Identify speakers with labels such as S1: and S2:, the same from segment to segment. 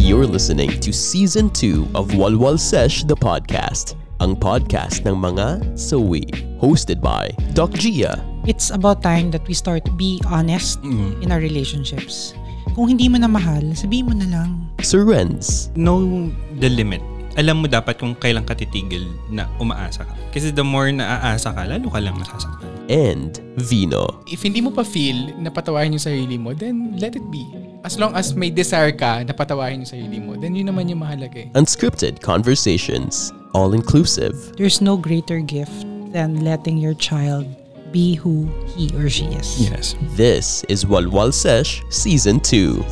S1: You're listening to Season 2 of Walwal Sesh the Podcast, ang podcast ng mga sawi, hosted by Doc Gia.
S2: it's about time that we start to be honest
S3: Mm.
S2: in our relationships. Kung hindi mo na mahal, sabihin mo na lang.
S1: Sir Renz,
S4: know the limit. Alam mo dapat kung kailan ka titigil na umaasa ka. Kasi the more na aasa ka, lalo ka lang masasaktan.
S1: and Vino.
S5: If hindi mo pa feel na patawahin yung sarili mo, then let it be. As long as may desire ka na patawahin yung sarili mo, then yun naman yung mahalaga eh.
S1: Unscripted conversations, all-inclusive,
S2: There's no greater gift than letting your child be who he or she is.
S4: Yes.
S1: This is Walwal Sesh Season 2.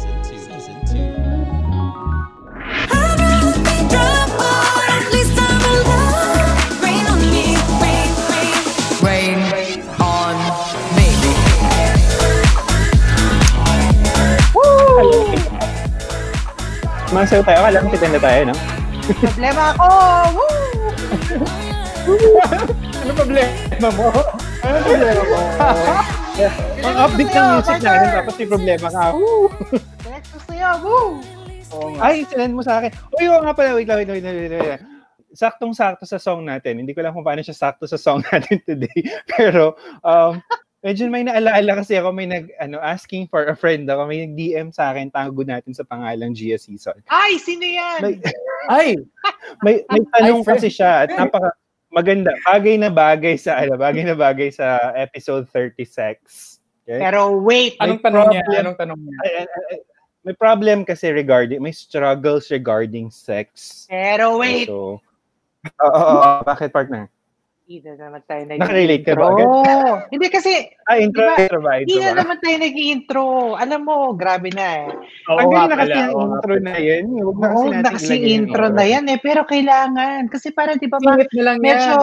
S6: Rain on me.
S3: Masayo tayo, alam kita na tayo, no?
S7: Problema ako! Diba? Oh, Woo!
S3: Ano problema mo? Ano problema mo? Ang upbeat ng music
S7: Partner!
S3: natin, dapat may problema ka. Woo!
S7: Texas na yan! Woo!
S3: Ay, send mo sa akin. Uy, oo nga pala, wait lang, wait lang, wait lang, wait lang. Saktong-sakto sa song natin. Hindi ko alam kung paano siya sakto sa song natin today. Pero, um, medyo may naalaala kasi ako, may nag, ano, asking for a friend ako, may nag-DM sa akin, tago natin sa pangalang Gia Season.
S7: Ay, sino yan?
S3: May, ay! May, may tanong
S5: Ay, friend.
S3: kasi siya at napaka maganda. Bagay na bagay sa, ano, bagay na bagay sa episode 36. Okay?
S7: Pero wait,
S3: Ay,
S5: Anong tanong niya?
S3: problem.
S5: Anong tanong niya?
S3: Ay, ay, ay, may problem kasi regarding, may struggles regarding sex.
S7: pero wait.
S3: So, oo, oo, oo. bakit partner?
S7: Hindi na naman tayo nag
S3: Nakarelate ka ba?
S7: Hindi kasi,
S3: Ah, intro,
S7: Diba,
S3: intro ba?
S7: hindi
S3: Intro
S7: na
S3: ba?
S7: naman tayo nag-intro. Alam mo, grabe na eh.
S3: Ang galing na kasi yung intro na yun. Huwag na kasi
S7: Oo,
S3: natin
S7: na kasi
S3: ilagay yung
S7: intro na yan eh. Pero kailangan. Kasi para di ba, ma-
S5: Singit na lang yan.
S7: medyo,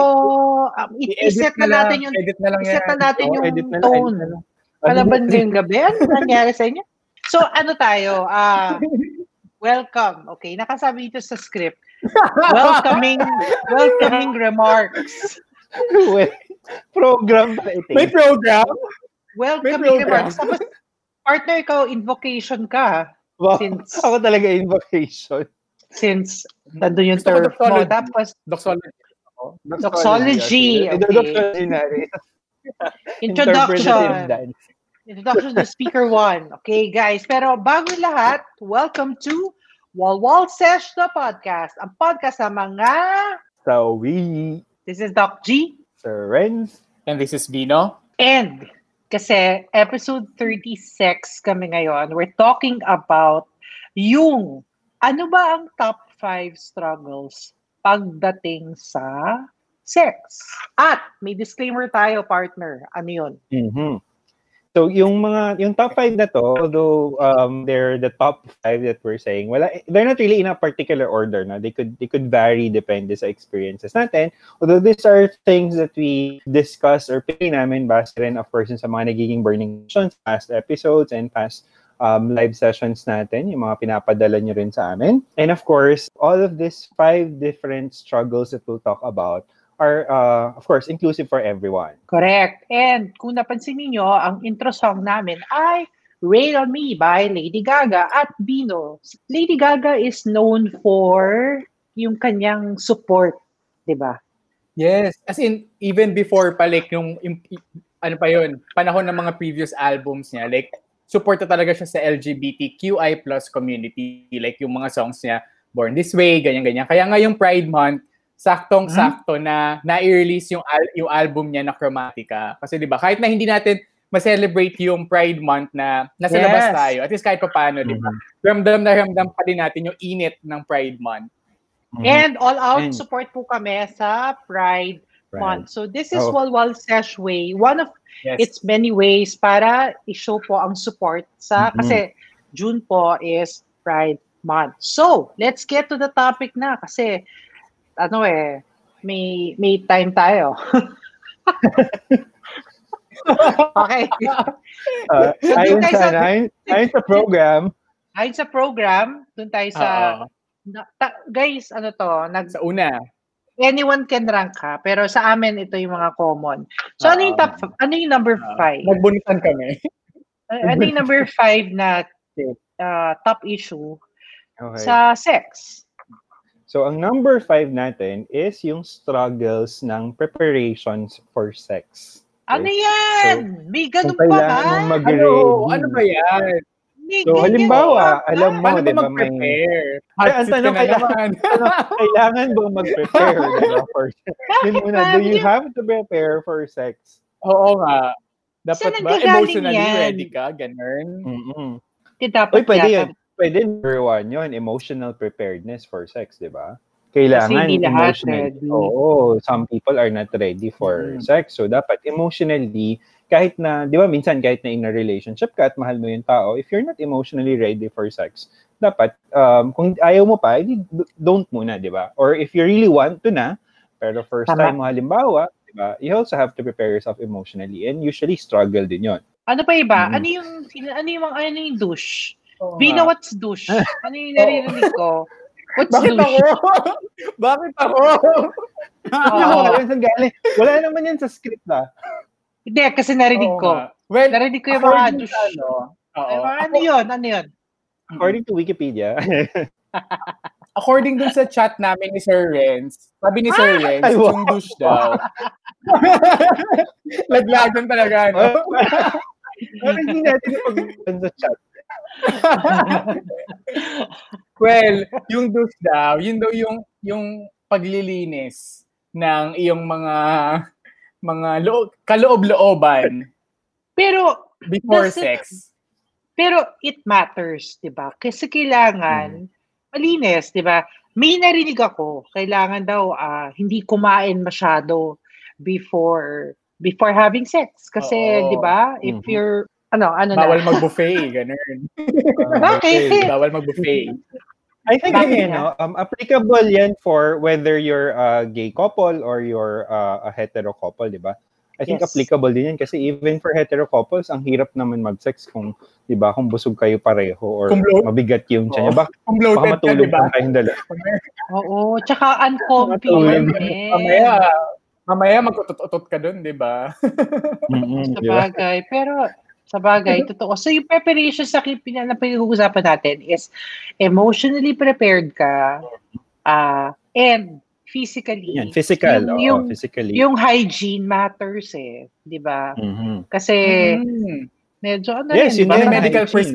S7: um, i-
S5: I-edit
S7: i-set na
S5: lang.
S7: natin yung
S5: Edit na lang
S7: i-set
S5: yan.
S7: na natin
S3: Oo,
S7: yung
S3: edit na lang,
S7: tone.
S3: edit na lang.
S7: Palaban ngayong gabi. Ano nangyari sa inyo? So, ano tayo? Ah, welcome. Okay, nakasabi dito sa script. Welcoming, welcoming remarks.
S8: eh.
S3: Well, program pala ito.
S5: May program?
S7: Welcoming
S5: program.
S7: remarks. Tapos, partner ko, invocation ka.
S3: Wow.
S7: Since-
S3: Ako talaga invocation.
S7: Since, nandun yung
S5: Gusto ko
S7: turf mo.
S5: doxology.
S7: Tapos,
S5: Doxology.
S7: Doxology,
S3: Doxology.
S7: okay.
S3: Doxology na rin. Interpretative
S7: introduction.
S3: dance.
S7: Introduction to speaker one. Okay, guys. Pero bago yung lahat, welcome to Walwal Sesh, the podcast. Ang podcast sa mga...
S3: So we,
S7: This is Doc G.
S3: Sir Renz,
S5: And this is Vino.
S7: And kasi episode 36 kami ngayon, we're talking about yung ano ba ang top 5 struggles pagdating sa sex. At may disclaimer tayo, partner. Ano yun?
S8: Mm-hmm.
S3: Mhm. So yung mga yung top 5 na to, although um they're the top 5 that we're saying, wala they're not really in a particular order na. They could they could vary depende sa experiences natin. Although these are things that we discuss or pay namin base rin of course sa mga nagiging burning questions, past episodes and past um, live sessions natin, yung mga pinapadala nyo rin sa amin. And of course, all of these five different struggles that we'll talk about are, uh, of course, inclusive for everyone.
S7: Correct. And kung napansin niyo ang intro song namin ay Rain on Me by Lady Gaga at Bino. Lady Gaga is known for yung kanyang support, 'di ba?
S5: Yes. As in, even before pa, like, yung, yung- ano pa yun, panahon ng mga previous albums niya, like, supporta talaga siya sa LGBTQI plus community. Like, yung mga songs niya, Born This Way, ganyan-ganyan. Kaya nga yung Pride Month, saktong-sakto na na-release yung, al- yung album niya na Chromatica. Kasi di ba kahit na hindi natin ma-celebrate yung Pride Month na nasa
S7: Yes.
S5: labas tayo, at least kahit papaano, di ba? Ramdam na ramdam pa din natin yung init ng Pride Month.
S7: And all out
S3: And-
S7: support po kami sa Pride
S3: Right.
S7: Month. So this is
S3: Oh.
S7: Walwal Sesh Way. One of
S5: Yes.
S7: its many ways para i-show po ang support sa
S3: Mhm.
S7: kasi June po is Pride Month. So, let's get to the topic na kasi ano eh may may time tayo. okay.
S3: Uh,
S7: So,
S3: ayon
S7: dun tayo
S3: sa,
S7: sa-
S3: ayon, ayon sa program,
S7: Ayon sa program, dun tayo sa
S5: Oo.
S7: na- ta- guys, ano to, nag
S5: Sa una,
S7: anyone can rank ha, pero sa amin ito yung mga common. So ano
S8: Ah.
S7: yung top ano yung number five?
S5: Ah, nagbunitan kami.
S7: Ano yung number five na uh, top ah, issue
S8: Okay.
S7: sa sex.
S8: So, ang number five natin is yung struggles ng preparations for sex.
S7: Ano yan? May ganun
S8: Kung
S7: pa ba?
S8: kailangan mag-
S5: Ano? Ano ba yan?
S7: May
S8: So,
S7: ganyan pa
S8: halimbawa,
S7: ba?
S8: alam mo,
S5: Paano
S8: di
S5: ba
S8: ba, may...
S5: mag-prepare?
S8: Kaya ang tanong kailangan, kailangan ba mag-prepare di ba, for sex? Yun
S7: Bakit
S8: muna,
S7: ba?
S8: do you have to prepare for sex?
S5: Oo nga. Dapat
S7: Saan
S5: ba
S7: nanggagaling
S5: emotionally
S7: yan?
S5: ready ka? Ganun.
S8: Mm-mm.
S7: Hindi dapat
S8: Uy, pwede
S7: yata.
S8: yun. Pwede number one yun, emotional preparedness for sex, di ba? Kailangan
S7: Kasi hindi lahat
S8: emotional.
S7: ready.
S8: Oo, some people are not ready for
S5: Mm.
S8: sex. So, dapat emotionally, kahit na, di ba minsan kahit na in a relationship ka at mahal mo yung tao, if you're not emotionally ready for sex, dapat, um, kung ayaw mo pa, edi d- don't muna, di ba? Or if you really want to na, pero first
S7: Tama.
S8: time mo halimbawa, di ba, you also have to prepare yourself emotionally and usually struggle din yun.
S7: Ano pa iba?
S8: Mm.
S7: Ano yung ano yung mga- ano yung douche?
S5: Oo
S7: Bina,
S5: nga.
S7: what's douche? Ano yung naririnig ko? What's
S5: Bakit
S7: douche?
S5: ako? Bakit ako?
S7: Ano Oo.
S8: Wala, yun sa galing. wala naman yan sa script ah. na.
S7: Hindi, kasi narinig
S5: Oo
S7: ko.
S5: nga. Well,
S7: Narinig ko yung mga
S5: according
S7: douche.
S5: sa ano, oo.
S7: Ay, mga Ano yun? Ano yun?
S8: According to Wikipedia.
S5: according dun sa chat namin ni Sir Renz, sabi
S7: Ah!
S5: ni Sir Renz,
S8: Ay, wow.
S5: yung douche daw. Laglagan talaga, ano? no?
S8: Oh. Parang hindi natin pag sa chat.
S5: Well, yung douche daw, yun daw yung, yung paglilinis ng iyong mga mga loo- kaloob-looban
S7: Pero
S5: before
S7: Does it-
S5: sex.
S7: Pero it matters, 'di ba? Kasi
S5: Mm.
S7: kailangan malinis, 'di ba? May narinig ako, kailangan daw ah, hindi kumain masyado before before having sex kasi
S5: Oo. Mm-hmm.
S7: 'di ba? If
S8: Mhm.
S7: you're ano, ano na.
S5: Bawal mag-buffet, ganun.
S7: Bakit?
S5: Bawal mag-buffet.
S8: I think
S7: Bakit
S8: yun, no, um, applicable yan for whether you're a gay couple or you're uh, a hetero couple, di ba? I think
S7: Yes.
S8: applicable din yan kasi even for hetero couples, ang hirap naman mag-sex kung, di ba, kung busog kayo pareho or
S5: Kung blow-
S8: mabigat yung tiyan.
S5: Oo.
S8: Bak- baka
S5: Kung bloated ka, di
S8: matulog
S5: ba?
S8: pa kayong dalawa.
S7: Oo, tsaka uncomfy.
S8: Matulog.
S7: eh.
S5: Mamaya, mamaya mag-utot-utot ka dun, di ba?
S8: Mm-mm,
S7: Sa
S8: di ba?
S7: bagay. Pero, sa bagay, totoo. So, yung preparation sa akin, pina- na pinag-uusapan natin is emotionally prepared ka ah and physically.
S8: Yan, physical.
S7: Yung-
S8: oo,
S7: yung-
S8: physically.
S7: Yung hygiene matters eh. Di ba?
S8: Mhm.
S7: Kasi,
S5: Mm.
S7: medyo ano
S8: Yes,
S7: yun, di
S8: yun
S7: ba?
S8: From
S5: From
S8: a
S5: a medical
S8: hygiene, no?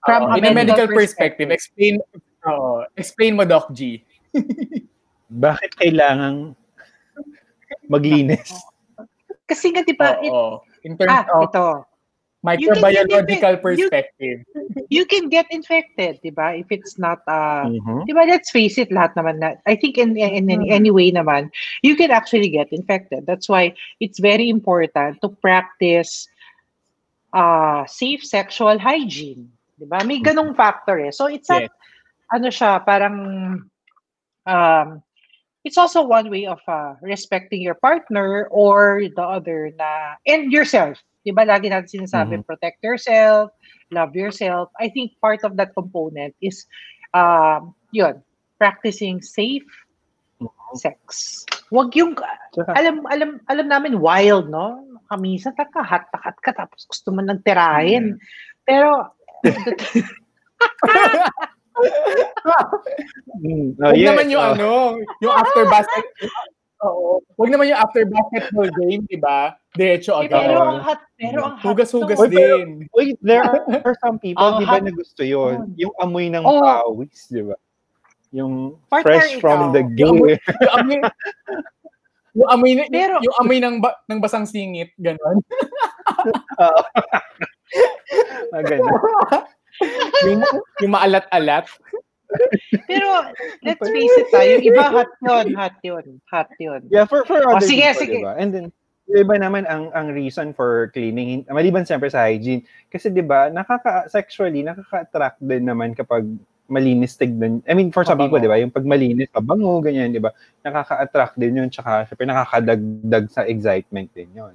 S5: perspective.
S7: From
S5: Oo,
S7: a
S5: in a medical
S7: medical
S5: perspective, explain oo, explain mo Doc G.
S8: Bakit kailangang maglinis?
S7: Kasi nga, di ba, it-
S5: Oo. in terms
S7: ah,
S5: of
S7: ito.
S5: microbiological
S7: you can- you-
S5: perspective.
S7: You can get infected, di ba? If it's not, ah,
S8: Mhm.
S7: di ba, let's face it, lahat naman na, I think in, in, in any way naman, you can actually get infected. That's why it's very important to practice uh, safe sexual hygiene. Di ba? May ganong factor eh. So, it's not, ano siya, parang, um, it's also one way of uh, respecting your partner or the other na, and yourself. Di ba? Lagi natin sinasabi, protect yourself, love yourself. I think part of that component is, um, yun, practicing safe sex. Wag yung,
S8: Mm-hmm. Tsaka-
S7: alam, alam, alam namin, wild, no? Kamisa, takahat, takat ka, tapos gusto mo nang tirahin.
S8: Mm-hmm.
S7: Pero,
S8: Mm, oh,
S5: Huwag
S8: yes,
S5: naman yung
S8: oh.
S5: ano, yung after basket. Oo. Huwag naman yung after basketball game, di ba? Diretso
S8: Ah,
S7: eh, pero
S5: agad.
S7: ang hot, pero ang hot.
S5: Hugas-hugas
S7: nun.
S8: Uy, pero-
S5: din.
S8: Wait, there are some people,
S7: Oh,
S8: di ba,
S7: hap-
S8: na gusto yun? Yung amoy ng
S7: Oh.
S8: pawis, di ba? Yung
S7: Partner,
S8: fresh from
S7: ikaw.
S8: the
S5: Yung amoy-
S8: gate.
S5: Yung amoy, yung amoy, na-
S7: Pero-
S5: yung amoy ng, ba- ng basang singit, gano'n.
S8: Ah, ganun.
S5: Yung, yung maalat-alat.
S7: Pero, let's face it tayo, iba hot yun, hot yun, hot yun.
S8: yeah, for, for
S7: Oh,
S8: other
S7: sige,
S8: people,
S7: sige.
S8: di ba? And then, yung iba naman ang ang reason for cleaning, maliban siyempre sa hygiene, kasi di ba, nakaka, sexually, nakaka-attract din naman kapag malinis tignan. I mean, for some
S5: Mabango.
S8: people, di ba, yung pag malinis, mabango, ganyan, di ba? Nakaka-attract din yun, tsaka syempre nakakadagdag sa excitement din yun.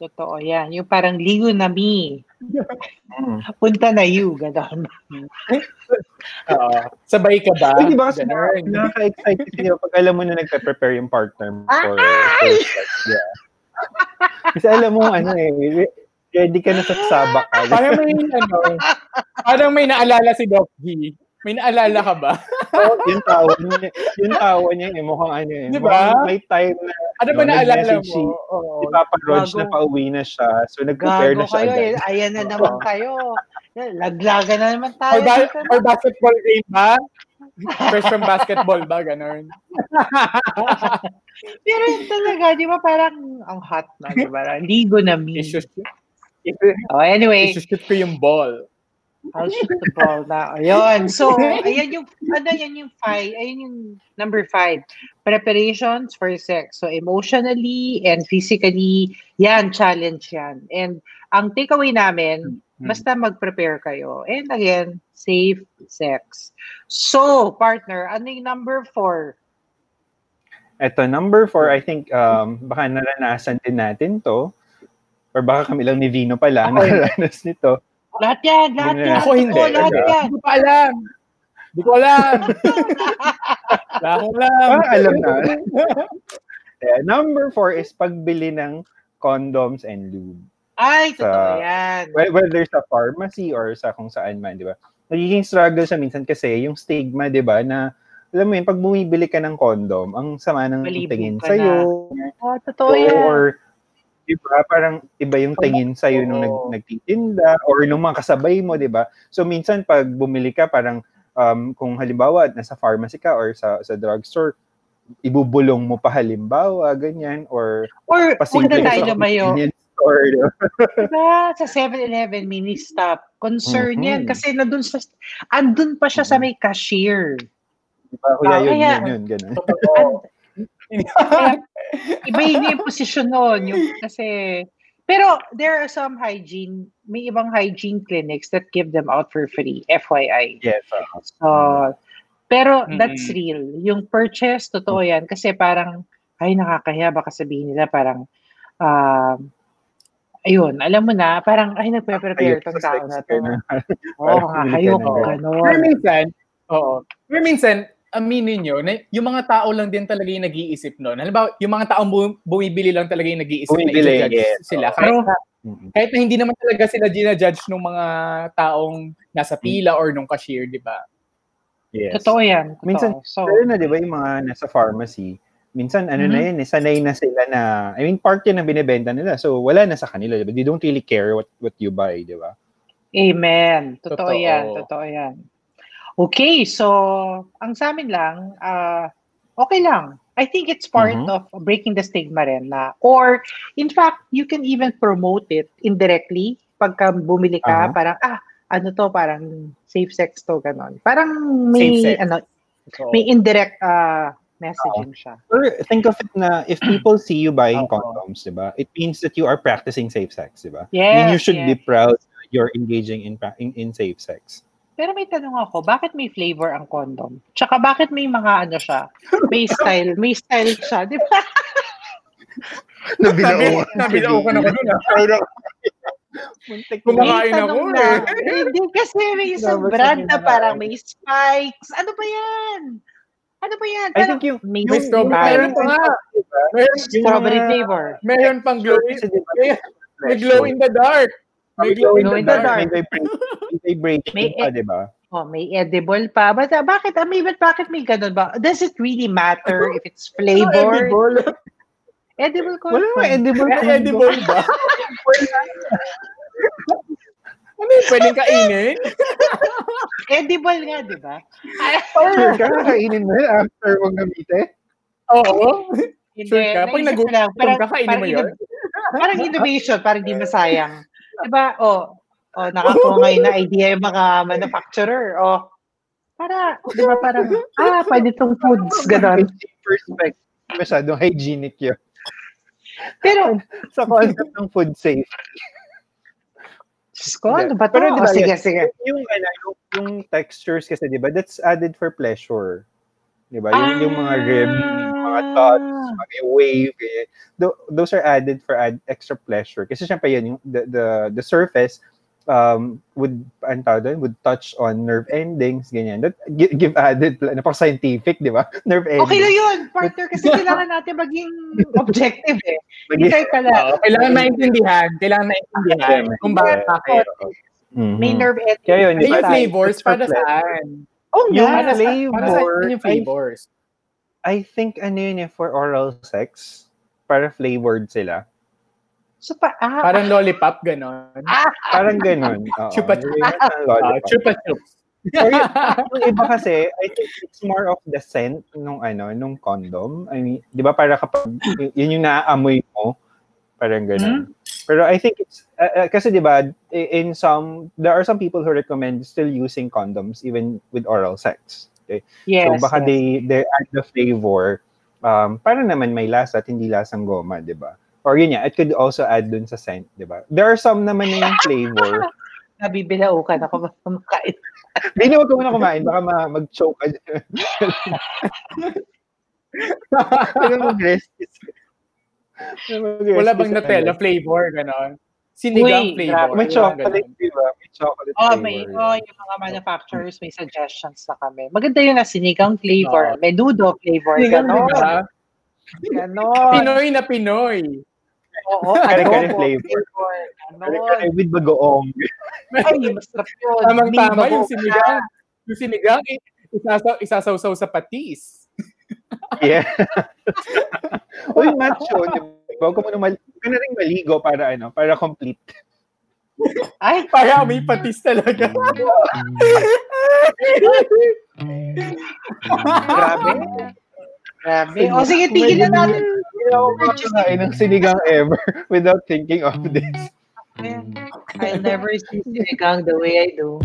S7: Totoo yan. Yung parang ligo na me,
S8: Mm.
S7: punta na you, gano'n.
S5: Oo. Sabay ka ba?
S8: Ay, di ba diba, kasi
S5: Ganun.
S8: nakaka-excite kasi diba, pag alam mo na nagpe-prepare yung partner mo for,
S7: Ah,
S8: for sex. Yeah. Kasi alam mo, ano eh, ready ka na sa sabak.
S5: Parang may, ano, parang may naalala si Doc G. May naalala ka ba?
S8: Oh, yung tawa niya, yung tawa niya eh, mukhang ano eh.
S5: Di ba?
S8: Mukhang May time na
S5: Ano ba
S8: No,
S5: naalala
S8: nag-message
S5: mo?
S8: si-
S5: Oo.
S8: si Papa Rog
S7: Gago.
S8: na pauwi na siya. So nag-prepare
S7: Oh, Gago
S8: na siya
S7: kayo eh.
S8: agad.
S7: Ayan na naman kayo. Laglagan na naman tayo.
S5: Or, ba-
S7: dito na.
S5: or basketball game ba? Fresh from basketball ba? Ganon.
S7: Pero yun talaga, di ba parang ang hot na, di ba? Ligo na me.
S5: Isushoot,
S7: Oh, anyway,
S5: isushoot ko yung ball.
S7: I'll shoot the ball na. Ayun. So, ayan yung, ano yan yung five, ayan yung number five. Preparations for sex. So, emotionally and physically, yan, challenge yan. And ang takeaway namin, basta mag-prepare kayo. And again, safe sex. So, partner, ano yung number four? eh.
S8: Eto, number four, I think, um, baka naranasan din natin to. Or baka kami lang ni Vino pala
S7: Ako. eh.
S8: naranas nito.
S7: Lahat yan, lahat
S8: Hindi.
S7: yan.
S5: Ako hindi.
S7: Oo, lahat
S8: Hindi.
S7: yan.
S5: Hindi ko pa alam. Hindi ko alam. Wala akong alam.
S8: Ah, alam na. Eh, number four is pagbili ng condoms and lube.
S7: Ay, totoo
S8: Sa-
S7: yan.
S8: Whe- Whether sa pharmacy or sa kung saan man, di ba? Nagiging struggle siya minsan kasi yung stigma, di ba, na alam mo yun, pag bumibili ka ng condom, ang sama ng
S7: Malibu
S8: tingin
S7: ka
S8: sa'yo.
S7: Oh, totoo yan.
S8: Or, di ba, parang iba yung tingin sa'yo nung nag,
S5: Oo.
S8: nagtitinda or nung mga kasabay mo, di ba? So, minsan pag bumili ka, parang um, kung halimbawa, nasa pharmacy ka or sa, sa drugstore, ibubulong mo pa halimbawa, ganyan, or
S7: Or, huwag
S8: pasimple
S7: na
S8: ka
S7: tayo
S8: sa
S7: lumayo.
S8: convenience store, di ba?
S7: Diba? Sa 7-Eleven mini stop. Concern
S8: Mhm.
S7: yan. Kasi nandun sa, andun pa siya sa may cashier.
S8: Di ba? Kuya,
S7: Ah,
S8: yun,
S7: kaya-
S8: yun, yun, ganun.
S7: Iba yun yung posisyon nun. Yung, kasi, pero there are some hygiene, may ibang hygiene clinics that give them out for free, FYI.
S8: Yes, oo.
S7: So, pero that's
S5: Mm-mm.
S7: real. Yung purchase, totoo yan. Kasi parang, ay nakakahiya, baka sabihin nila parang, ah, ayun, alam mo na, parang, ay nagpe-prepare
S8: Ayun,
S7: itong
S8: sa
S7: tao
S8: sex
S7: na
S8: ka
S7: to.
S8: na.
S7: Oo, oh,
S8: Parang
S7: ayoko,
S8: hindi ka
S5: Pero
S7: ganon.
S5: minsan, oo. Pero minsan, aminin nyo, na yung mga tao lang din talaga yung nag-iisip nun. Halimbawa, yung mga taong bu- bumibili lang talaga yung nag-iisip
S8: Bumibili,
S5: na i-judge
S8: yes.
S5: sila. Kahit,
S7: Pero,
S8: Mm-mm.
S5: kahit na hindi naman talaga sila ginajudge ng mga taong nasa pila or nung cashier, di ba?
S8: Yes.
S7: totoo yan. Totoo.
S8: Minsan,
S7: so,
S8: Pero na, di ba, yung mga nasa pharmacy, minsan, ano
S5: Mm-hmm.
S8: na yun, eh, sanay na sila na, I mean, part yun ang binibenta nila. So, wala na sa kanila, di ba? They don't really care what what you buy, di ba?
S7: Amen. Totoo,
S5: Totoo.
S7: yan. Totoo yan. Okay, so, ang sa amin lang, ah, okay lang. I think it's part
S8: Mhm.
S7: of breaking the stigma rin na, or, in fact, you can even promote it indirectly pagka bumili ka,
S8: Aha.
S7: parang, ah, ano to, parang safe sex to, ganon. Parang may,
S5: Safe sex.
S7: ano,
S5: So,
S7: may indirect ah, messaging siya.
S8: Or think of it na, if people see you buying
S5: Oo.
S8: condoms, di ba, it means that you are practicing safe sex, di ba? I mean,
S7: Yes,
S8: you should
S7: yes.
S8: be proud that you're engaging in, pra- in, in safe sex.
S7: Pero may tanong ako, bakit may flavor ang condom? Tsaka bakit may mga ano siya? May style, may style siya, di ba?
S5: nabilao, nabilao ka naman nun. ah.
S8: Muntik
S5: Kumakain.
S8: na.
S5: Kumakain ako
S7: tanong
S5: eh.
S7: eh, Hindi kasi may isang
S8: Grabe,
S7: brand
S8: sabi
S7: na
S8: na
S7: parang
S8: natin.
S7: may spikes. Ano ba yan? Ano ba yan?
S8: I
S7: Parang
S8: think yung,
S7: may
S5: May strawberry.
S7: style.
S5: Meron pa nga. Meron,
S7: Strawberry
S8: Yung mga-
S7: flavor.
S5: meron pang glow in,
S8: Kasi, di ba,
S5: may glow in the dark. May glow in the
S8: May
S5: dark. e-
S8: vibration- may vibration
S7: May-
S8: pa, di ba?
S7: Oh, may edible pa. But ah, bakit? Ah, may, but bakit may ganun ba? Does it really matter if it's flavor?
S5: Edible.
S7: edible ko.
S8: Wala nga, edible
S5: May edible ba? ano yun? Pwedeng kainin?
S7: Edible nga, di ba?
S8: Sure ka, kakainin mo yun after mong gamitin.
S5: Oo.
S7: Hindi,
S5: Sure ka?
S7: naisip
S5: Pag
S7: ko
S5: nagutom
S7: lang, parang-
S5: ka, kainin
S7: parang
S5: mo yun?
S7: inno- Parang innovation, parang di masayang. Diba? Oh, oh nakakuha ngayon na idea yung mga manufacturer. Oh, para, di ba parang, ah, pwede tong foods, gano'n. Mm.
S8: Perspective, masyadong hygienic yun.
S7: Pero,
S8: Sa concept ng food safe.
S7: Diyos ko, ano ba to?
S8: Pero di ba
S7: Oh, sige,
S8: yun?
S7: sige.
S8: Yung, ano, yung, yung textures kasi, di ba, that's added for pleasure. Di ba? Yung, yung mga rib, mga
S7: Ah.
S8: dots, mga wave, eh. Tho- those are added for add, extra pleasure. Kasi syempre yun, yung, the, the, the surface um, would, ano tawag doon, would touch on nerve endings, ganyan. That, give, give added, pla- napaka-scientific, di ba? Nerve endings.
S7: Okay na yun, partner, kasi kailangan natin maging objective eh. Hindi
S8: Mag-
S7: tayo pala.
S5: Oo. Kailangan maintindihan. Kailangan maintindihan. Kung bakit.
S8: Mhm.
S7: May nerve ending.
S8: Kaya yun,
S5: Ay,
S8: di
S5: yung
S8: ba?
S5: flavors,
S8: It's for
S5: para
S8: pleasure.
S5: saan?
S8: Oh,
S5: Yung
S8: yeah,
S5: ano, sa- para sa
S8: flavor.
S5: akin yung flavors.
S8: I, I think ano yun eh, for oral sex. Para flavored sila.
S7: So, pa, ah,
S5: Parang lollipop, ganon.
S7: ah,
S8: Parang ganun. oo.
S5: Chupa chups.
S8: Yun ang
S5: Ah,
S8: lollipop.
S5: chupa chups.
S8: Or yun, yung iba kasi, I think it's more of the scent nung ano, nung condom. I mean, di ba para kapag, y- yun yung naaamoy mo, parang
S5: Hmm.
S8: ganun. Pero I think it's, uh, uh, kasi di ba, i- in some, there are some people who recommend still using condoms even with oral sex. Eh, Okay?
S7: yes.
S8: so baka
S7: yes.
S8: they, they add the flavor, um, para naman may lasa at hindi lasang goma, di ba? Or yun yeah, it could also add dun sa scent, di ba? There are some naman na yung flavor
S7: Nabibilaukan ako mamakain.
S8: Hindi, huwag ka muna kumain. Baka ma- mag-choke ka dyan. Pero mag-resist.
S5: Wala bang Nutella flavor, ganon?
S7: Uy,
S5: Sinigang flavor.
S7: grabe.
S8: May
S5: parang
S8: chocolate,
S5: ganon.
S8: di ba? May chocolate
S7: Oh,
S8: flavor.
S7: may, oh, yung mga manufacturers may suggestions na kami. Maganda yun na sinigang
S8: Ah.
S7: flavor, menudo flavor,
S5: Sinigang,
S7: gano'n.
S5: di ba?
S7: Gano'n.
S5: Diba? Pinoy na Pinoy.
S7: Oo,
S8: Kare-kare
S7: adobo
S8: flavor.
S7: flavor. Gano'n.
S8: Ay, with bagoong.
S7: Ay, masarap yun.
S5: Tamang-tama
S7: Oh, May
S5: yung
S7: bago-
S5: sinigang. Yung sinigang, i- isasaw, isasaw-saw sa patis.
S8: Yeah. Uy, macho. di ba? Huwag ka muna mali- huwag ka na rin maligo para ano, para complete.
S7: Ay,
S5: Para may patis talaga.
S8: Mm. Grabe.
S7: grabe. O sige, tigil na natin.
S8: Hindi ako makakain ng sinigang ever without thinking of
S5: Mm.
S8: this.
S7: I never see sinigang the way I do.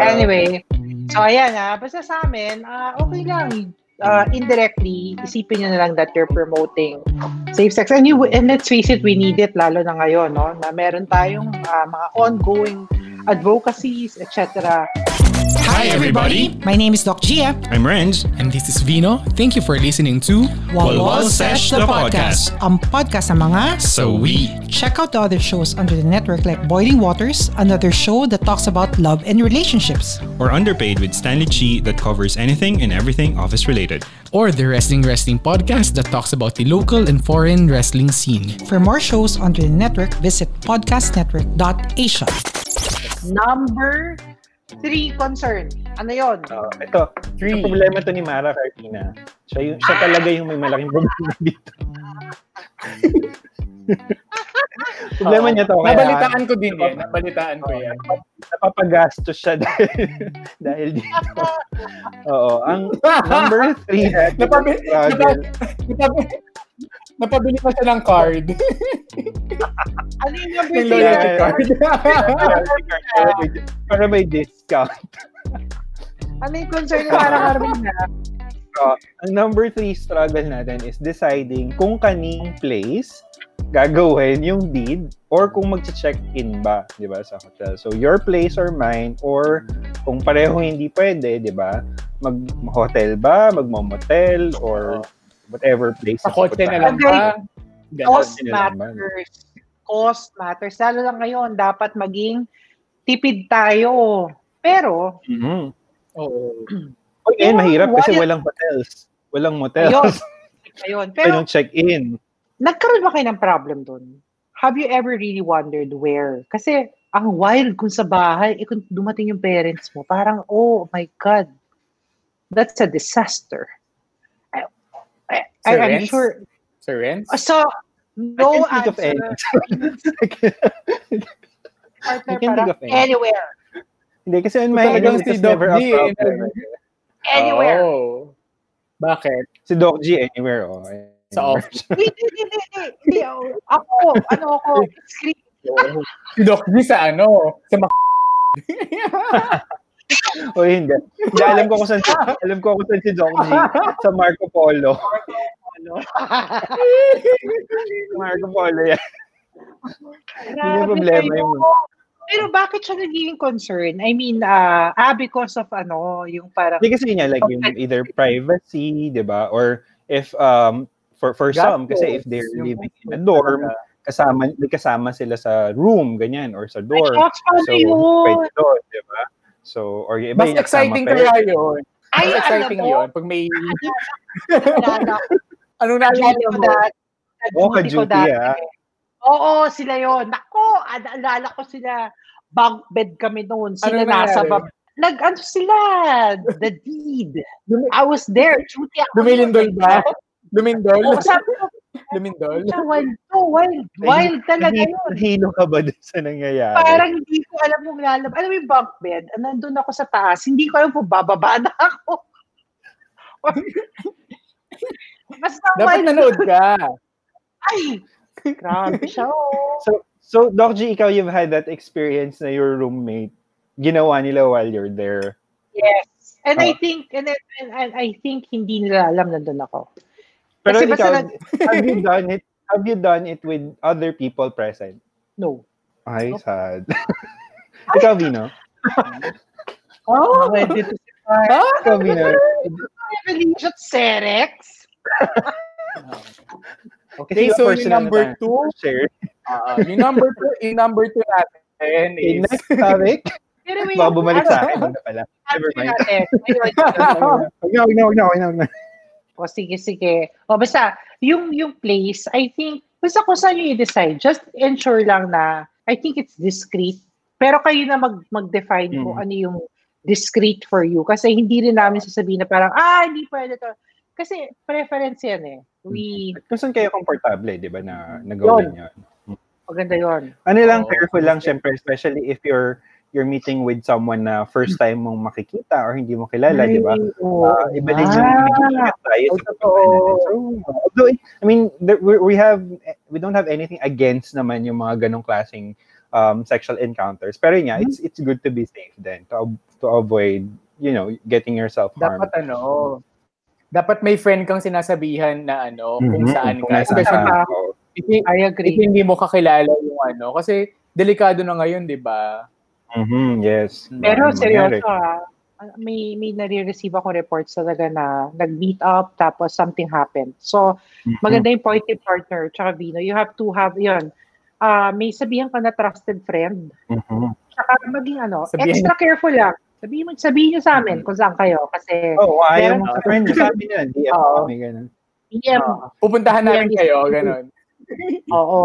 S7: Anyway, so ayan ha, basta sa amin, ah, okay lang. Uh, indirectly, isipin nyo na lang that you're promoting
S2: Mm.
S7: safe sex. And, you, and let's face it, we need it lalo na ngayon, no? Na meron tayong
S2: Mm.
S7: ah, mga ongoing advocacies, etc.
S9: Hi, everybody.
S2: My name is Doc Gia.
S3: I'm Renz.
S9: And this is Vino. Thank you for listening to
S3: Walwal Sesh, the podcast.
S2: Ang podcast ng mga
S9: So We.
S2: Check out the other shows under the network like Boiling Waters, another show that talks about love and relationships.
S3: Or Underpaid with Stanley Chi that covers anything and everything office related.
S9: or the Wrestling Wrestling podcast that talks about the local and foreign wrestling scene.
S2: For more shows under the network, visit podcastnetwork.asia.
S7: Number three concern. Ano yon?
S8: Oh, ito,
S5: Three.
S8: Yung problema to ni Mara Cartina. Siya, yung, siya talaga yung may malaking problema dito. problema niya to. Kaya
S5: Nabalitaan ko din yan. Diba? Nabalitaan
S7: Oh.
S5: ko yan.
S8: napapagastos siya dahil, dahil dito. Oo. Ang number three that
S5: Napabi-
S8: struggle.
S5: Napabi- Napabili pa siya ng card.
S7: Ano yung number
S5: Ng
S7: three?
S5: loyalty
S8: Yeah.
S5: card.
S8: Para may discount.
S7: Ano yung concern ni Mara Carmina?
S8: So, ang number three struggle natin is deciding kung kaning place gagawin yung deed or kung mag-check-in ba, di ba, sa hotel. So, your place or mine or kung pareho hindi pwede, di ba, mag-hotel ba, mag-motel or whatever place.
S5: Sa kotse na lang
S7: Okay.
S5: ba? Ganon.
S7: Cost
S8: Ganun.
S7: matters. Cost matters. Lalo lang ngayon, dapat maging tipid tayo. Pero,
S5: Mm-hmm.
S8: mm
S5: Oo.
S8: Oh, eh, mahirap kasi
S7: Why-
S8: walang hotels. Walang
S7: ayun.
S8: motels.
S7: ayun. Pero,
S8: Pero, check-in.
S7: nagkaroon ba kayo ng problem dun? Have you ever really wondered where? Kasi, ang wild kung sa bahay, eh, kung dumating yung parents mo, parang, oh my God, that's a disaster. I, I,
S5: Sir
S7: I'm
S5: Renz?
S7: sure.
S5: Sir Renz?
S7: So, no
S8: I can't think
S7: answer.
S8: of any.
S7: partner,
S8: I can't think
S7: parang
S8: of any.
S7: anywhere.
S8: Hindi, kasi on my
S5: Talagang
S8: end,
S5: si
S8: it's
S5: Doc
S8: never a
S5: G. eh.
S8: problem.
S7: Anywhere.
S8: Oh.
S5: Oo. Bakit?
S8: Si Doc G, anywhere. Oh.
S5: Sa
S8: Anywhere.
S5: office.
S7: Hindi, hindi, hindi, hindi. Hindi, oh, Ako, ano ako, screen.
S5: Si Doc G sa ano? Sa mak-
S8: o hindi. hindi. Alam ko kung saan si, alam ko kung saan si Doc G. Sa Marco Polo.
S7: Ano?
S8: Marco Polo yan. Yun yung problema
S7: Grabe
S8: yung-
S7: kayo. Pero bakit siya nagiging concern? I mean, ah, ah, because of ano, yung parang,
S8: Hindi kasi yun yan, like yung either privacy, di ba? Or if, um, for for some, kasi if they're
S5: Yung-
S8: living in a dorm, kasama, may kasama sila sa room, ganyan, or sa
S7: ay,
S8: dorm.
S7: thoughts paano
S8: So,
S7: yun?
S8: pwede doon, di ba? So, or yung iba
S5: Mas
S8: yung kasama
S5: exciting
S8: pa-
S5: kaya yun.
S7: Ay, ano
S5: Mas
S7: alam
S5: exciting
S7: mo,
S5: yun. Pag may... ano
S7: naalala ko,
S5: Anong
S7: naalala
S5: naalala
S7: ko
S5: mo?
S7: dati. Nag-duty
S8: Oh,
S7: ko
S8: ka-duty,
S7: dati.
S8: ah.
S7: Oo, sila yon. Nako, naalala ko sila. Bunk bed kami noon. Sila
S5: Ano
S7: nasa
S5: nangyari?
S7: bab nag, ano sila, the deed. I was there. Duty ako.
S5: Lumilindol ba? Lumindol?
S7: Oo, sabi ko,
S5: Lumindol?
S7: "Puta, wild to, wild, wild talaga yun.
S8: Mm-hmm. Hilo ka ba dun sa nangyayari?
S7: Parang hindi ko alam kung lalabas. Alam mo yung bunk bed, ah, nandun ako sa taas, hindi ko alam kung bababa na ako. Basta
S5: Dapat
S7: wild.
S5: nanood ka.
S7: Ay, grabe siya. oh.
S8: So, so Doc G, ikaw you've had that experience na your roommate ginawa nila while you're there.
S7: Yes. And I
S8: Oh.
S7: think, and, I- and, and I think hindi nila alam nandun ako.
S8: Pero
S7: Kasi basta
S8: ikaw,
S7: nag-
S8: have you done it? Have you done it with other people present?
S7: No.
S8: Ay, sad. ikaw, Vino.
S7: Oh, Ah, ano pwede to si Far.
S8: Ikaw, Vino.
S7: Revelation Serex.
S5: Okay,
S8: yung
S5: so yung
S8: personal na
S5: number
S8: tayo.
S5: two?
S8: Share.
S5: Ah, yung number two, yung number two natin
S8: Okay,
S5: is...
S8: next topic.
S7: Pero may
S8: Baka bumalik sa akin.
S7: ano,
S8: Ano pala?
S7: sabi
S8: Never mind.
S7: natin. Ayun.
S8: Huwag na, huwag na, huwag na, huwag na, huwag na.
S7: O sige, sige. O basta, yung, yung place, I think, basta kung saan nyo i-decide, just ensure lang na, I think it's discreet. Pero kayo na mag, mag-define kung
S8: Mm.
S7: ano yung discreet for you. Kasi hindi rin namin sasabihin na parang, ah, hindi pwede to. Kasi preference yan eh. We,
S8: Kung saan kayo komportable, di ba, na nagawin yun.
S7: maganda yun.
S8: Ano lang,
S5: Oo.
S8: careful lang, syempre, especially if you're you're meeting with someone na first time mong makikita or hindi mo kilala, di
S5: Hmm.
S8: ba? Uh, iba din yung
S7: Ah.
S8: nagkikita tayo sa
S7: totoo.
S8: pagkain natin. So, although, I mean, there, we, we have, we don't have anything against naman yung mga ganong klaseng um, sexual encounters. Pero yun nga, it's, it's good to be safe then, to, ab- to avoid, you know, getting yourself harmed.
S5: Dapat ano, dapat may friend kang sinasabihan na ano, kung
S8: Mhm,
S5: saan ka.
S8: nasaan
S5: Especially
S8: ka. Oo.
S5: if, if
S7: I agree.
S5: hindi mo kakilala yung ano. Kasi delikado na ngayon, di ba?
S8: Mhm, yes.
S7: Pero
S8: Ano mangyari?
S7: seryoso ah, may, may nare-receive ako reports talaga na nag-meet up tapos something happened. So,
S8: Mhm.
S7: maganda yung point ni partner tsaka Vino. You have to have, yun, Ah, may sabihan ka na trusted friend.
S8: Mhm.
S7: Tsaka maging ano,
S5: Sabihan- Mm-hmm.
S7: extra careful lang. Sabihin mo, sabihin nyo sa amin kung saan kayo. Kasi
S8: Oh,
S7: Meron-
S8: ayaw mo sa friend. Sabi niya, di
S7: Oo.
S8: ako. May ganun.
S7: PM,
S5: Pupuntahan namin
S7: Yeah, yes.
S5: kayo, ganun. Oh.
S7: oo.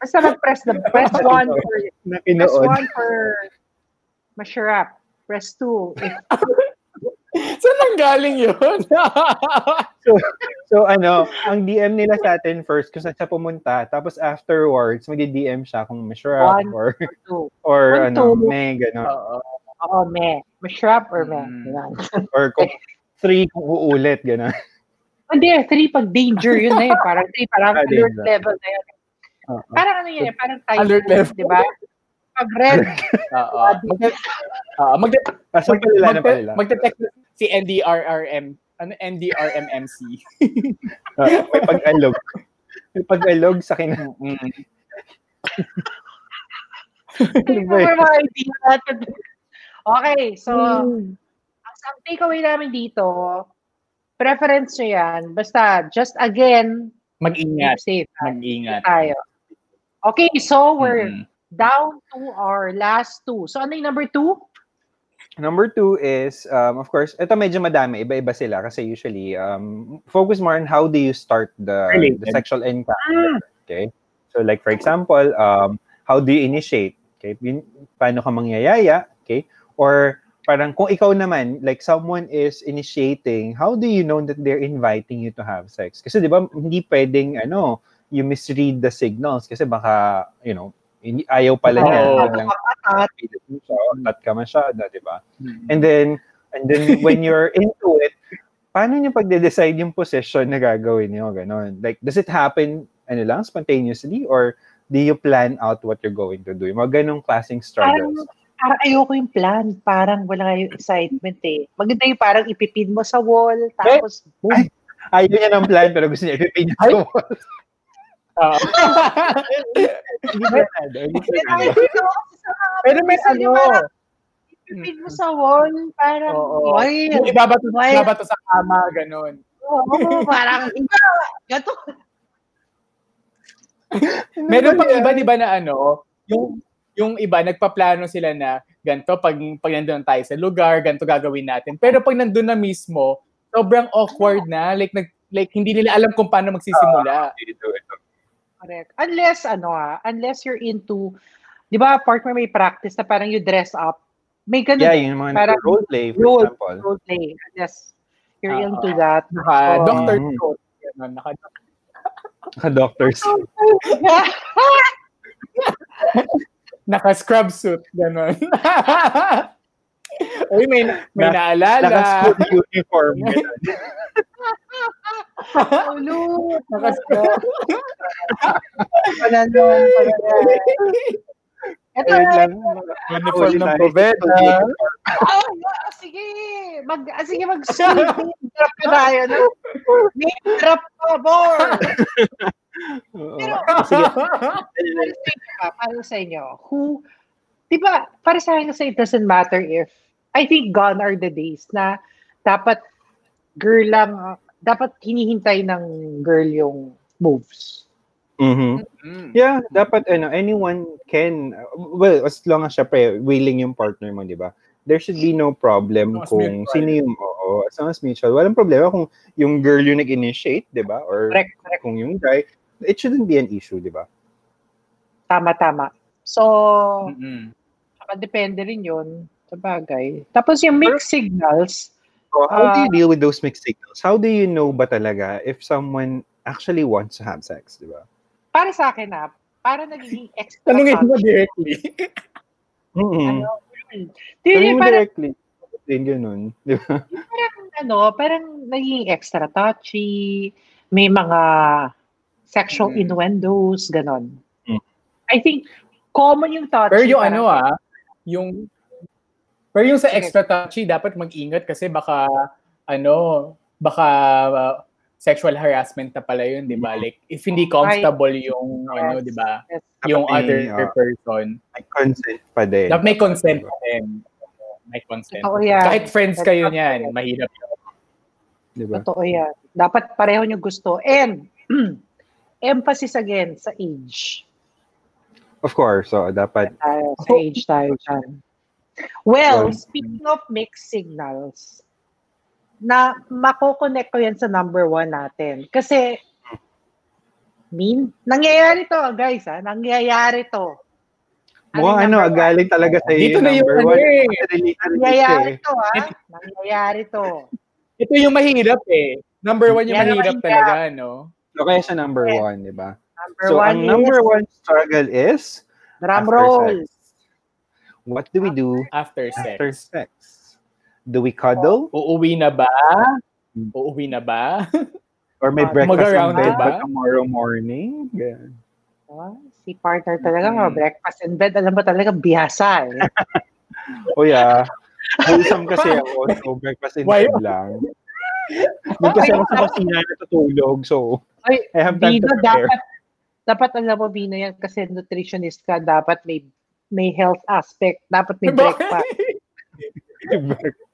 S7: Basta mag-press the press one for,
S5: Ah,
S7: press
S8: Na pinood.
S7: one for masharap. Press two. If,
S5: Saan nang galing yun?
S8: So ano, ang DM nila sa atin first kung saan siya pumunta. Tapos afterwards, mag-DM siya kung mashrap
S7: One.
S8: or,
S7: two.
S8: or
S7: One,
S8: ano,
S7: two.
S8: may gano'n.
S5: Oo.
S7: Oo, me. Masharap or me.
S5: Mm.
S7: Yan.
S8: Or kung three kung uulit, gano'n.
S7: Hindi, three pag danger yun na yun. Parang three, parang
S8: Ah,
S7: alert
S8: danger.
S7: level na yun. Parang ano yun, eh, parang typhoon,
S5: Alert level.
S7: di ba? Pag red,
S5: Oo. Magte- Oo. Magte-
S8: Kaso palila na palila.
S5: magte- Magte-text si NDRRM. Ano? NDRMMC.
S8: Oo, Ah, may pag-alog. May pag-alog sa kina.
S7: ano
S8: ba yun?
S7: mga idea natin. Okay, so, Hmm. ang ang takeaway namin dito, preference nyo yan. Basta, just again,
S5: Mag-ingat.
S7: keep safe
S5: Mag-ingat.
S7: tayo. Okay, so we're
S5: Mm.
S7: down to our last two. So, ano yung number two?
S8: Number two is, um, of course, ito medyo madami. Iba-iba sila kasi usually, um, focus more on how do you start the, the sexual encounter.
S7: Ah,
S8: Okay? So like for example, um, how do you initiate? Okay? Yun- Paano ka mangyayaya? Okay? Or parang kung ikaw naman, like someone is initiating, how do you know that they're inviting you to have sex? Kasi di ba hindi pwedeng ano, you misread the signals kasi baka, you know, hindi, ayaw pala niya.
S5: Oo.
S8: Biglang pilit mo siya, o tat ka masyado, di ba?
S5: Mm.
S8: And then, and then when you're into it, paano niyo pagde-decide yung position na gagawin niyo? Ganon. Like, does it happen, ano lang, spontaneously? Or do you plan out what you're going to do? Yung mga ganong klaseng struggles.
S7: Parang ayoko yung plan. Parang wala kayong excitement eh. Maganda yung parang ipipin mo sa wall, tapos boom.
S8: Ay! Ayaw niya ng plan, pero gusto niya ipipin niya sa wall.
S5: Oo.
S8: Hindi planado, hindi
S7: Pero
S8: planado.
S7: nakikita ko kasi sa mga
S5: Pero may
S7: pinsan yung
S5: ano.
S7: parang Ipipin mo sa wall, parang
S5: Oo.
S7: wild.
S5: Yung ibabato,
S7: Wild.
S5: ibabato sa kama, ganun.
S7: Oo, parang iba. Gato.
S5: Meron pang iba, di ba, na ano, yung, yung iba, nagpaplano sila na, ganito, pag, pag nandun tayo sa lugar, ganito gagawin natin. Pero pag nandun na mismo, sobrang awkward na. Like, nag, like hindi nila alam kung paano magsisimula.
S7: Correct. Unless, ano ah, unless you're into, di ba, partner may practice na parang you dress up May ganun
S8: Yeah,
S7: din,
S8: yung mga
S7: Parang
S8: role play, for
S7: role-
S8: example.
S7: roleplay. Yes. You're
S5: Ah,
S7: into that.
S5: Naka
S7: Oo.
S5: Dr.
S8: Mm.
S5: Throat. Ganun, naka
S8: Doctors.
S7: Oh
S5: naka scrub suit ganun. Uy, may may
S8: Na-
S5: naalala.
S8: Naka-school uniform. ganun.
S7: Ulo!
S5: naka
S7: Pananon, pananon. Ito
S8: Ayun
S7: na.
S8: lang.
S5: Uniform ng
S8: Tayo.
S5: probeta.
S7: Ah, ah, sige. Mag, ah, sige, mag-school. Trap ka tayo, no? Name Trap ka, bor!
S8: Oo.
S7: Pero,
S8: Sige.
S7: para sa inyo, ba? para sa inyo, who, di ba, para sa akin kasi it doesn't matter if, I think gone are the days na dapat girl lang, dapat hinihintay ng girl yung moves.
S8: Mhm. Yeah, dapat ano, anyone can well as long as syempre willing yung partner mo, 'di ba? There should be no problem
S5: As
S8: kung
S5: long as mutual.
S8: sino yung oo, as long as mutual. Walang problema kung yung girl yung nag-initiate, 'di ba? Or
S7: Correct, correct.
S8: kung yung guy, it shouldn't be an issue, 'di ba?
S7: Tama, tama. So,
S5: Mm-mm.
S7: Saka depende rin yun sa bagay. Tapos yung mixed signals,
S8: So, how do you
S7: Ah.
S8: deal with those mixed signals? How do you know ba talaga if someone actually wants to have sex, 'di ba?
S7: para sa akin ah, para nagiging extra
S5: Tanungin mo
S7: conscious.
S5: directly.
S8: Mhm.
S7: Ano? Di, di,
S8: Tanungin mo
S7: parang,
S8: directly. Din yun, 'di ba?
S7: parang, ano, parang nagiging extra touchy, may mga sexual
S5: Mm.
S7: innuendos, ganon.
S8: Mm.
S7: I think, common yung touchy.
S5: Pero yung
S7: parang-
S5: ano ah, yung pero yung sa extra touchy dapat mag-ingat kasi baka ano, baka uh, sexual harassment na pala yun, 'di
S8: Mm.
S5: ba? Like if hindi comfortable yung ano, 'di ba?
S7: Yes.
S5: Yung
S8: Dapat
S5: other
S8: may, ah,
S5: person.
S8: May consent pa din.
S5: Dapat may consent pa din. May consent.
S7: Totoo yan.
S5: Kahit friends
S7: That's
S5: kayo
S7: not
S5: niyan,
S7: correct.
S5: mahirap yun.
S8: 'di ba?
S7: Totoo yan. Dapat pareho nyo gusto. And, emphasis again sa age.
S8: Of course, so dapat
S7: tayo, sa age tayo dyan. Well,
S8: Yun.
S7: speaking of mixed signals, na makokonek ko yan sa number one natin. Kasi, mean, nangyayari to, guys, ha? Nangyayari to.
S8: Mo
S7: yung
S8: ano,
S7: number one?
S8: galing talaga sa
S5: Dito na yung ano eh.
S7: Nangyayari to, ha? Nangyayari to.
S5: Ito yung mahirap eh. Number one yung
S7: Yan ang
S5: mahirap
S7: mahirap.
S5: talaga, no?
S8: So kaya siya number
S7: Yes.
S8: one, di ba?
S7: Number
S8: So
S7: one
S8: ang number
S7: is,
S8: one struggle is
S7: drum
S8: after
S7: roll.
S8: sex. what do we do
S5: After sex.
S8: after sex? Do we cuddle
S5: Uuwi na ba? Uuwi na ba?
S8: or may
S7: Ah,
S8: Mm. breakfast in
S5: mag-around
S8: bed
S5: na
S8: ba
S5: ba?
S8: tomorrow morning? Ganun.
S7: Ah, Si partner talaga, mga
S5: Mm.
S7: breakfast in bed, alam mo talaga, bihasa eh.
S8: Oh yeah. Wholesome kasi ako, so breakfast in
S5: Why?
S8: bed lang. Doon kasi ako sa kusina natutulog, so
S7: Ay,
S8: I have time
S7: Bino,
S8: to prepare.
S7: dapat, dapat alam mo, Bino, yan kasi nutritionist ka, dapat may may health aspect, dapat may
S5: Diba?
S7: breakfast.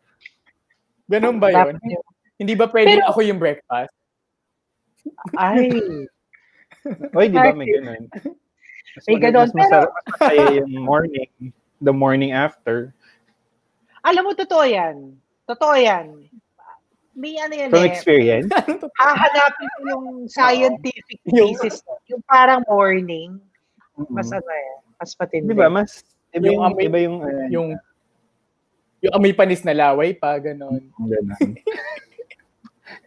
S5: Ganun ba
S7: Dapat
S5: yun?
S7: yun.
S5: Hindi ba pwede
S7: Diba? Pero-
S5: ako yung breakfast?
S7: Ay,
S8: Oy, di ba may ganun? Mas
S7: May ganun,
S8: Mas masarap, mas masaya yung morning, the morning after.
S7: alam mo, totoo yan. Totoo yan. May ano yan
S8: From
S7: eh,
S8: experience,
S7: hahanapin ko yung scientific
S5: Yung-
S7: thesis. Yung parang morning, mas ano eh, mas matindi.
S8: Di ba? Mas iba
S5: Yung
S8: yung,
S5: amoy-
S8: iba yung, uh, yung
S5: Yung yung amoy panis na laway pa, ganun.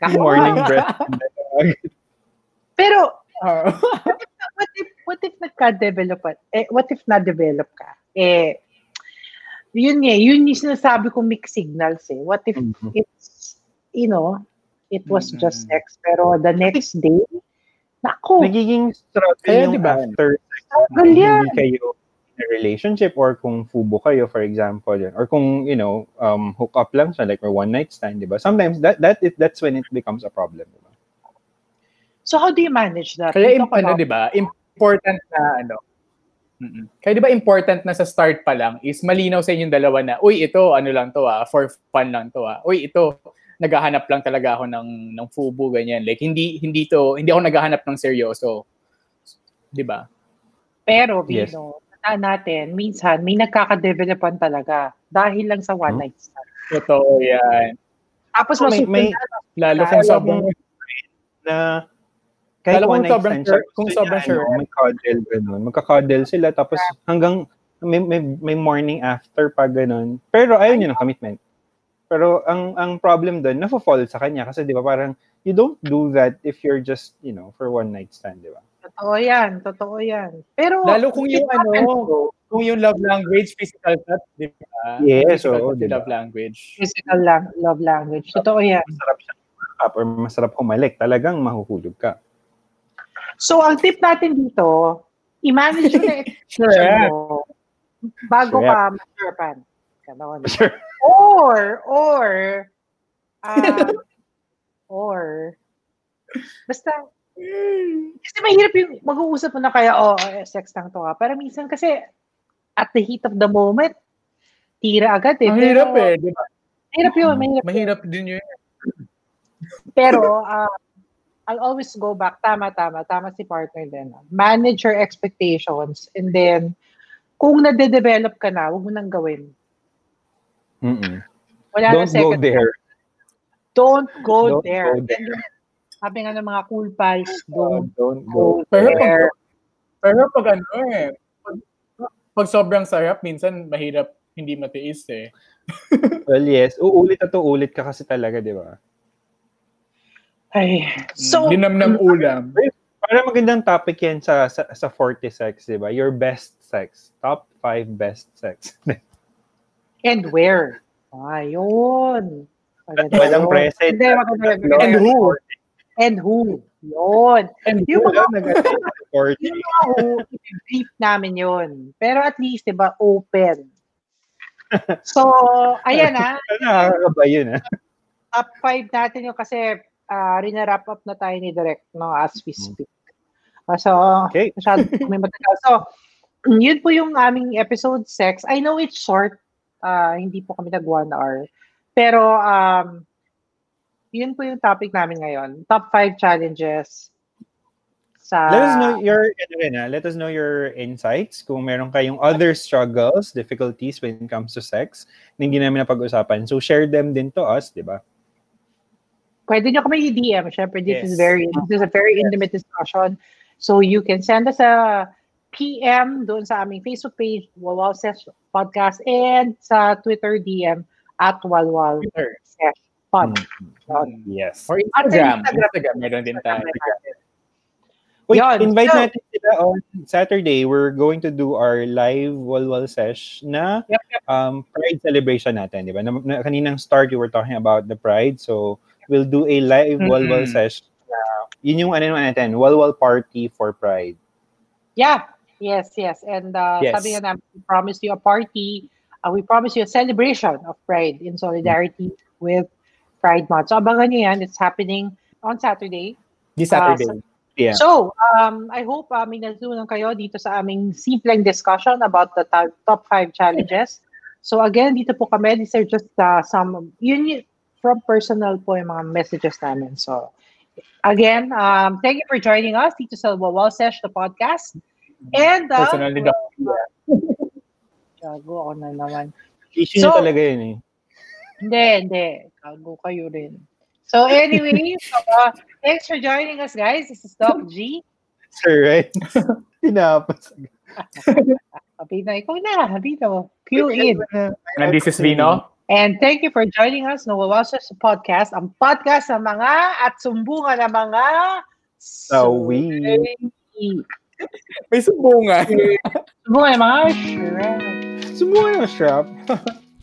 S7: Nako.
S8: morning breath.
S7: Pero,
S5: Ah.
S7: what if what if nagka-develop ka- eh what if na-develop ka eh yun nga yun yung sinasabi kong mixed signals eh what if
S8: Mhm.
S7: it's you know it was just
S5: Mm.
S7: sex pero the next day nako
S8: Nagiging struggle
S5: Kaya,
S8: yung ano,
S5: di
S7: diba?
S5: ba?
S8: after
S7: struggle
S8: hindi
S7: yan
S3: Mm-hmm.
S8: kayo in a relationship or kung fubo kayo, for example, yun. or kung, you know, um, hook up lang siya, like or one night stand, di ba? Sometimes that, that is, that's when it becomes a problem. Di ba?
S7: so how do you manage that
S5: Kaya
S7: Ito
S5: im-
S7: ko
S5: ano,
S7: lang.
S5: 'di ba? Important na ano. Mm-mm. Kaya 'di ba important na sa start pa lang is malinaw sa inyong dalawa na, uy, ito ano lang 'to ah, for fun lang 'to ah. Uy, ito naghahanap lang talaga ako ng ng fubo ganyan. Like hindi hindi to, hindi ako naghahanap ng seryoso. Diba? 'Di ba?
S7: pero
S8: Yes.
S7: Vino tandaan natin minsan may nagkaka-developan talaga dahil lang sa one
S8: Hmm?
S7: night stand
S5: Totoo 'yan.
S7: tapos
S8: May- may-
S7: masusundan
S5: Lalo kung
S7: Lalo
S5: sobrang
S8: Na kahit
S5: Lalo kung
S8: one night
S5: sobrang
S8: stand
S5: sure-
S8: siya,
S5: kung
S8: gusto
S5: sobrang
S8: niya, ano,
S5: sure.
S8: magka-cuddle, ganun. Magka-cuddle sila, tapos hanggang may, may, may morning after pa ganun. Pero ayaw niya ng commitment. Pero ang ang problem doon, nafo-fall sa kanya kasi 'di ba parang you don't do that if you're just, you know, for one night stand, 'di ba?
S7: Totoo yan, totoo yan. Pero,
S5: Lalo kung yung ano, kung yung love language, physical touch, diba? di ba?
S8: Yes, oo, diba?
S5: Physical touch,
S8: di ba?
S5: love language.
S7: physical lang, love language. Totoo yan.
S8: Masarap siya up or masarap humalik, talagang mahuhulog ka.
S7: So, ang tip natin dito, i-manage mo na
S5: Sure.
S7: mo bago
S8: Sure.
S7: ka masarapan. Ganon.
S8: Sure.
S7: Or, or, ah, or, basta, kasi mahirap yung mag-uusap mo na kaya, oh, eh, sex lang to ha. Pero minsan kasi, at the heat of the moment, tira agad eh.
S5: Ang hirap
S7: Pero,
S5: eh, di ba?
S7: Mahirap yun, mahirap.
S5: Mahirap din yun.
S7: Pero, ah, I'll always go back. Tama, tama. Tama si partner din. ah. Manage your expectations. And then, kung nade-develop ka na, huwag mo nang gawin.
S8: Mm-mm.
S7: Wala na
S8: Don't go
S7: second.
S8: there.
S7: Don't go
S8: Don't
S7: there.
S8: go there.
S7: Sabi nga ng mga cool pals,
S8: Oh,
S7: don't
S8: don't go.
S7: go
S5: Pero-
S7: there.
S5: Pero pag ano eh, pag, pag sobrang sarap, minsan mahirap hindi matiis eh.
S8: Well, yes. Uulit at uulit ka kasi talaga, di ba? Mm.
S7: Ay. So,
S5: Dinamnam ulam.
S8: Para magandang topic yan sa, sa, sa 40 sex, di ba? Your best sex. Top 5 best sex.
S7: and where? Ayun. Maganda
S8: Walang
S7: yun.
S8: present.
S7: Hindi, maganda yun.
S8: And
S7: who? And who? Yun.
S5: And
S7: Yung mga
S8: Or,
S7: yung mga ho, i-brief namin yun. Pero at least, di ba, open. So, ayan ah,
S8: nakakaba yun, ah.
S7: top 5 natin yun kasi ah, rinarap up na tayo ni Direk, no, as we
S8: Mm-hmm.
S7: speak. Ah, so,
S8: Okay.
S7: masyado may matagal. So, yun po yung aming episode 6. I know it's short. ah, hindi po kami nag one hour. Pero, um, yun po yung topic namin ngayon. Top 5 challenges sa...
S8: Let us know your ano rin, ah, let us know your insights kung meron kayong other struggles, difficulties when it comes to sex na hindi namin napag-usapan. So share them din to us, 'di ba?
S7: pwede nyo kami i-DM. Siyempre, this is
S8: Yes.
S7: very, this is a very intimate discussion. So you can send us a PM doon sa aming Facebook page, Walwal Sesh Podcast, and sa Twitter DM at Walwal Sesh Pod.
S8: Yes.
S5: Or Instagram. Instagram, meron din tayo.
S8: Wait,
S7: Yun.
S8: invite
S7: So-
S8: natin sila on Saturday. We're going to do our live Walwal Sesh na
S7: Yep,
S8: um, Pride celebration natin, di ba? Na, na, kaninang start, you were talking about the Pride. So, we'll do a live
S7: Mm-hmm.
S5: Mhm.
S8: Walwal Sesh. Na, yun yung ano naman natin, Walwal Party for Pride.
S7: Yeah. Yes, yes. And uh,
S8: Yes.
S7: sabi nga namin, we promise you a party. Uh, we promise you a celebration of Pride in solidarity with Pride Month. So abangan nyo yan. It's happening on Saturday.
S5: This Saturday.
S8: Yeah.
S7: So, um, I hope uh, may natutunan kayo dito sa aming simpleng discussion about the top, top five challenges. So again, dito po kami, these are just uh, some, yun y- from personal po yung mga messages namin. So, again, um, thank you for joining us dito sa Wawal Sesh, the podcast. And, uh,
S5: Personal ni Doc.
S7: Gago ako na naman.
S8: Issue
S7: So-
S8: na talaga yun eh.
S7: Hindi, hindi. Gago kayo rin. So anyway, so, uh, thanks for joining us guys. This is Doc G.
S8: Sir, right? Tinapos.
S7: Habina, ikaw na. Habina mo. Cue in.
S5: And this is Vino.
S7: And thank you for joining us no Wawaso sa podcast, ang podcast ng mga at sumbungan ng mga
S8: Sawi.
S7: suwi.
S5: May sumbungan.
S7: Sumbungan ng mga sure.
S8: Sumuha yung strap.